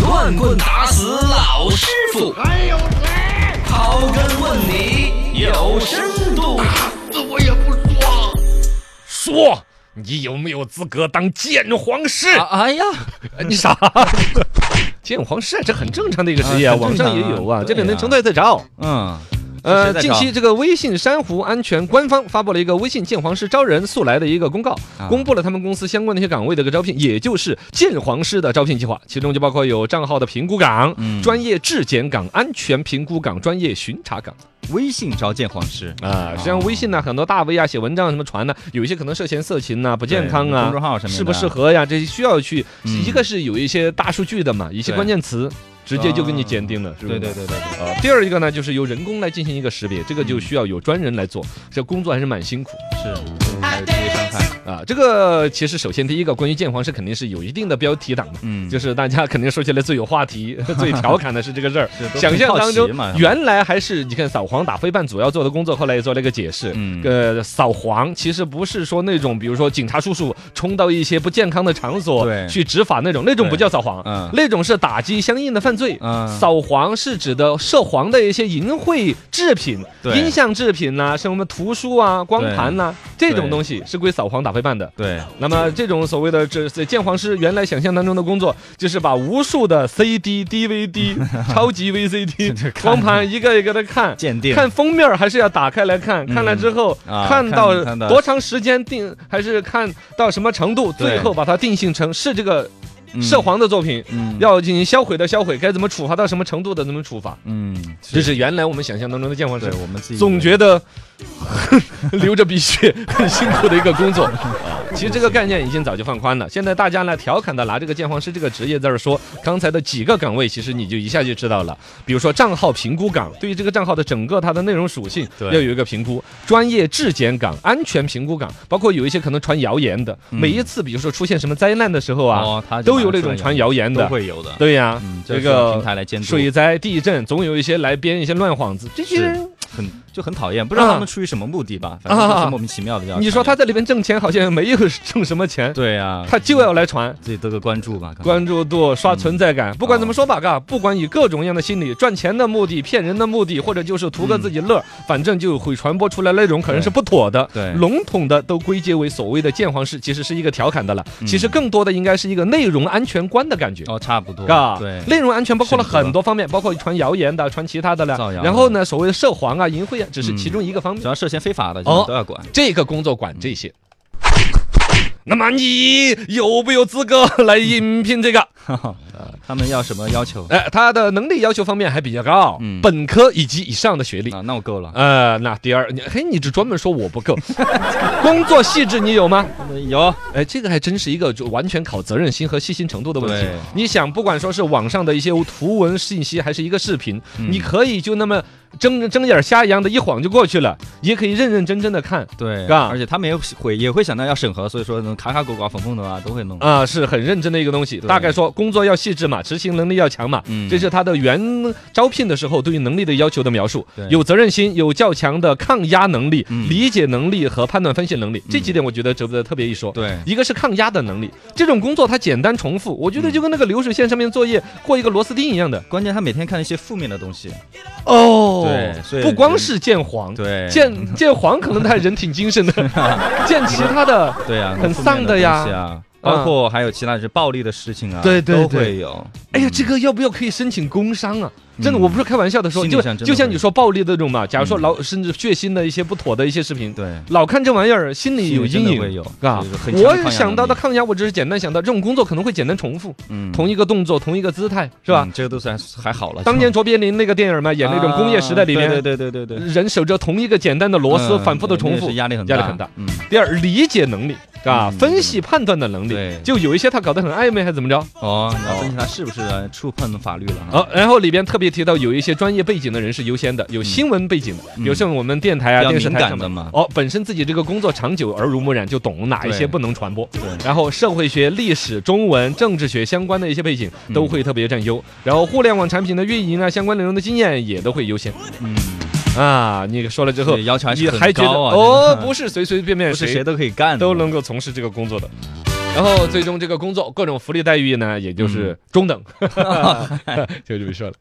乱棍打死老师傅，还有谁？刨根问底有深度。这我也不说。说你有没有资格当鉴黄师？啊哎呀，你傻？鉴黄师这很正常的一个职业，啊很网正上常啊也有啊，这两对天呀成在在找。嗯，呃谁，在近找期这个微信珊瑚安全官方发布了一个微信鉴黄师招人速来的一个公告，啊公布了他们公司相关的一些岗位的一个招聘，也就是鉴黄师的招聘计划，其中就包括有账号的评估岗、嗯专业质检岗、安全评估岗、专业巡查岗微信召见黄师，啊。实际上，微信呢，很多大 V 啊写文章什么传呢，有一些可能涉嫌色情呐、不健康对啊公众。号上面适不适？合呀？这些需要去，嗯一个是有一些大数据的嘛，一些对关键词直接就给你鉴定了，是不对是对对对对，啊，第二一个呢，就是由人工来进行一个识别，这个就需要有专人来做，这工作还是蛮辛苦是还有职业伤害，啊。这个其实首先第一个，关于鉴黄师肯定是有一定的标题党的。嗯，就是大家肯定说起来最有话 题、最调侃的是这个事儿。是都很想象当好中奇嘛，原来还是你看扫黄打非办主要做的工作，后来也做了一个解释。嗯呃，扫黄其实不是说那种，比如说警察叔叔冲到一些不健康的场所对去执法那种，那种不对叫扫黄，嗯那种是打击相应的犯罪。嗯扫黄是指的涉黄的一些淫秽制品、对音像制品呐、什么图书啊、光盘呐、这种对东西是归扫黄打非办的。对，那么这种所谓的这这鉴黄师，原来想象当中的工作，就是把无数的 CD、DVD、超级 VCD 光盘一个一个的看。鉴定看封面儿还是要打开来看，看了之后，嗯啊看到看看到多长时间定，还是看到什么程度，对最后把它定性成是这个嗯涉，黄的作品，嗯，要进行销毁的销毁，该怎么处罚到什么程度的怎么处罚，嗯，这是原来我们想象当中的鉴黄师对，我们自己总觉得 流着鼻血很辛苦的一个工作。啊其实这个概念已经早就放宽了，现在大家呢调侃的拿这个鉴黄师这个职业在这儿说，刚才的几个岗位其实你就一下就知道了，比如说账号评估岗，对于这个账号的整个它的内容属性对要有一个评估，专业质检岗、安全评估岗，包括有一些可能传谣言的，每一次比如说出现什么灾难的时候啊嗯哦他，就都有那种传谣言都的，会有的，对呀、嗯，这这需要个平台来监督，水灾、地震，总有一些来编一些乱幌子，这些是人。很就很讨厌，不知道啊他们出于什么目的吧，反正就啊是莫名其妙的要。你说他在里面挣钱，好像没有挣什么钱，对啊，他就要来传。自己得个关注吧，可能关注度刷存在嗯感，不管怎么说吧，嘎，不管以各种各样的心理，赚钱的目的、骗人的目的，或者就是图个自己乐儿，反正就会传播出来那种可能是不妥的。嗯对笼统的都归结为所谓的鉴黄式，其实是一个调侃的了。其实更多的应该是一个内容安全观的感觉。嗯哦，差不多，嘎，对，内容安全包括了审核很多方面，包括传谣言的、传其他的造谣了。的然后呢，所谓的涉黄啊、淫秽啊，只是嗯其中一个方面只。要涉嫌非法的，哦就都要管。这个工作管这些。那么你有没有资格来应聘这个？他们要什么要求哎，他的能力要求方面还比较高，嗯本科以及以上的学历。啊？那我够了，呃，那第二，你嘿，你只专门说我不 够，工作细致你有吗？有哎，这个还真是一个就完全考责任心和细心程度的问题对。你想，不管说是网上的一些图文信息，还是一个视频，嗯你可以就那么睁睁眼瞎一样的一晃就过去了，也可以认认真真的看。对，嘎而且他们也会也会想到要审核，所以说那种卡卡狗狗、缝缝的啊都会弄。啊，是很认真的一个东西。对大概说，工作要细致嘛，执行能力要强嘛，嗯这是他的原招聘的时候对于能力的要求的描述对。有责任心，有较强的抗压能力、嗯理解能力和判断分析能力，这几点我觉得值得特别一说。对一个是抗压的能力，这种工作它简单重复，我觉得就跟那个流水线上面作业过一个螺丝钉一样的。关键他每天看一些负面的东西，哦对所以不光是见黄，对见见黄可能他还人挺精神 的，见其他的。对啊，很负面丧的呀嗯东西啊，包括还有其他就是暴力的事情啊，对对都对会有。哎呀，这个要不要可以申请工伤啊？真的，嗯我不是开玩笑的说，心理就上真的就像会嗯你说暴力的那种嘛，假如说老甚至血腥的一些不妥的一些视频，对，老看这玩意儿，心里有心阴里真的会影。有啊就是很强的抗压我能力想到的抗压，我只是简单想到这种工作可能会简单重复，嗯同一个动作，同一个姿态，是吧嗯？这个都算还好了。当年就卓别林那个电影嘛，演那种工业时代里面，啊对对对对对对，人守着同一个简单的螺丝，嗯反复的重那复是，压力很压力很大。嗯，第二，理解能力啊，嗯分析判断的能力对，就有一些他搞得很暧昧，还怎么着？哦，你要分析他是不是呃触碰法律了啊？好，然后里边特别提到有一些专业背景的人是优先的，有新闻背景的，有像我们电台嗯啊、比较电视台敏感上面的嘛哦，本身自己这个工作长久耳濡目染，就懂哪一些对不能传播。然后社会学、历史、中文、政治学相关的一些背景嗯都会特别占优。然后互联网产品的运营啊，相关内容的经验也都会优先。嗯，啊，你说了之后这，要求还你是还很觉得高啊，哦，真的不是随随便便不是谁都可以干的，都能够从事这个工作的。然嗯 后最终这个工作各种福利待遇呢，也就是中等，就这么说了。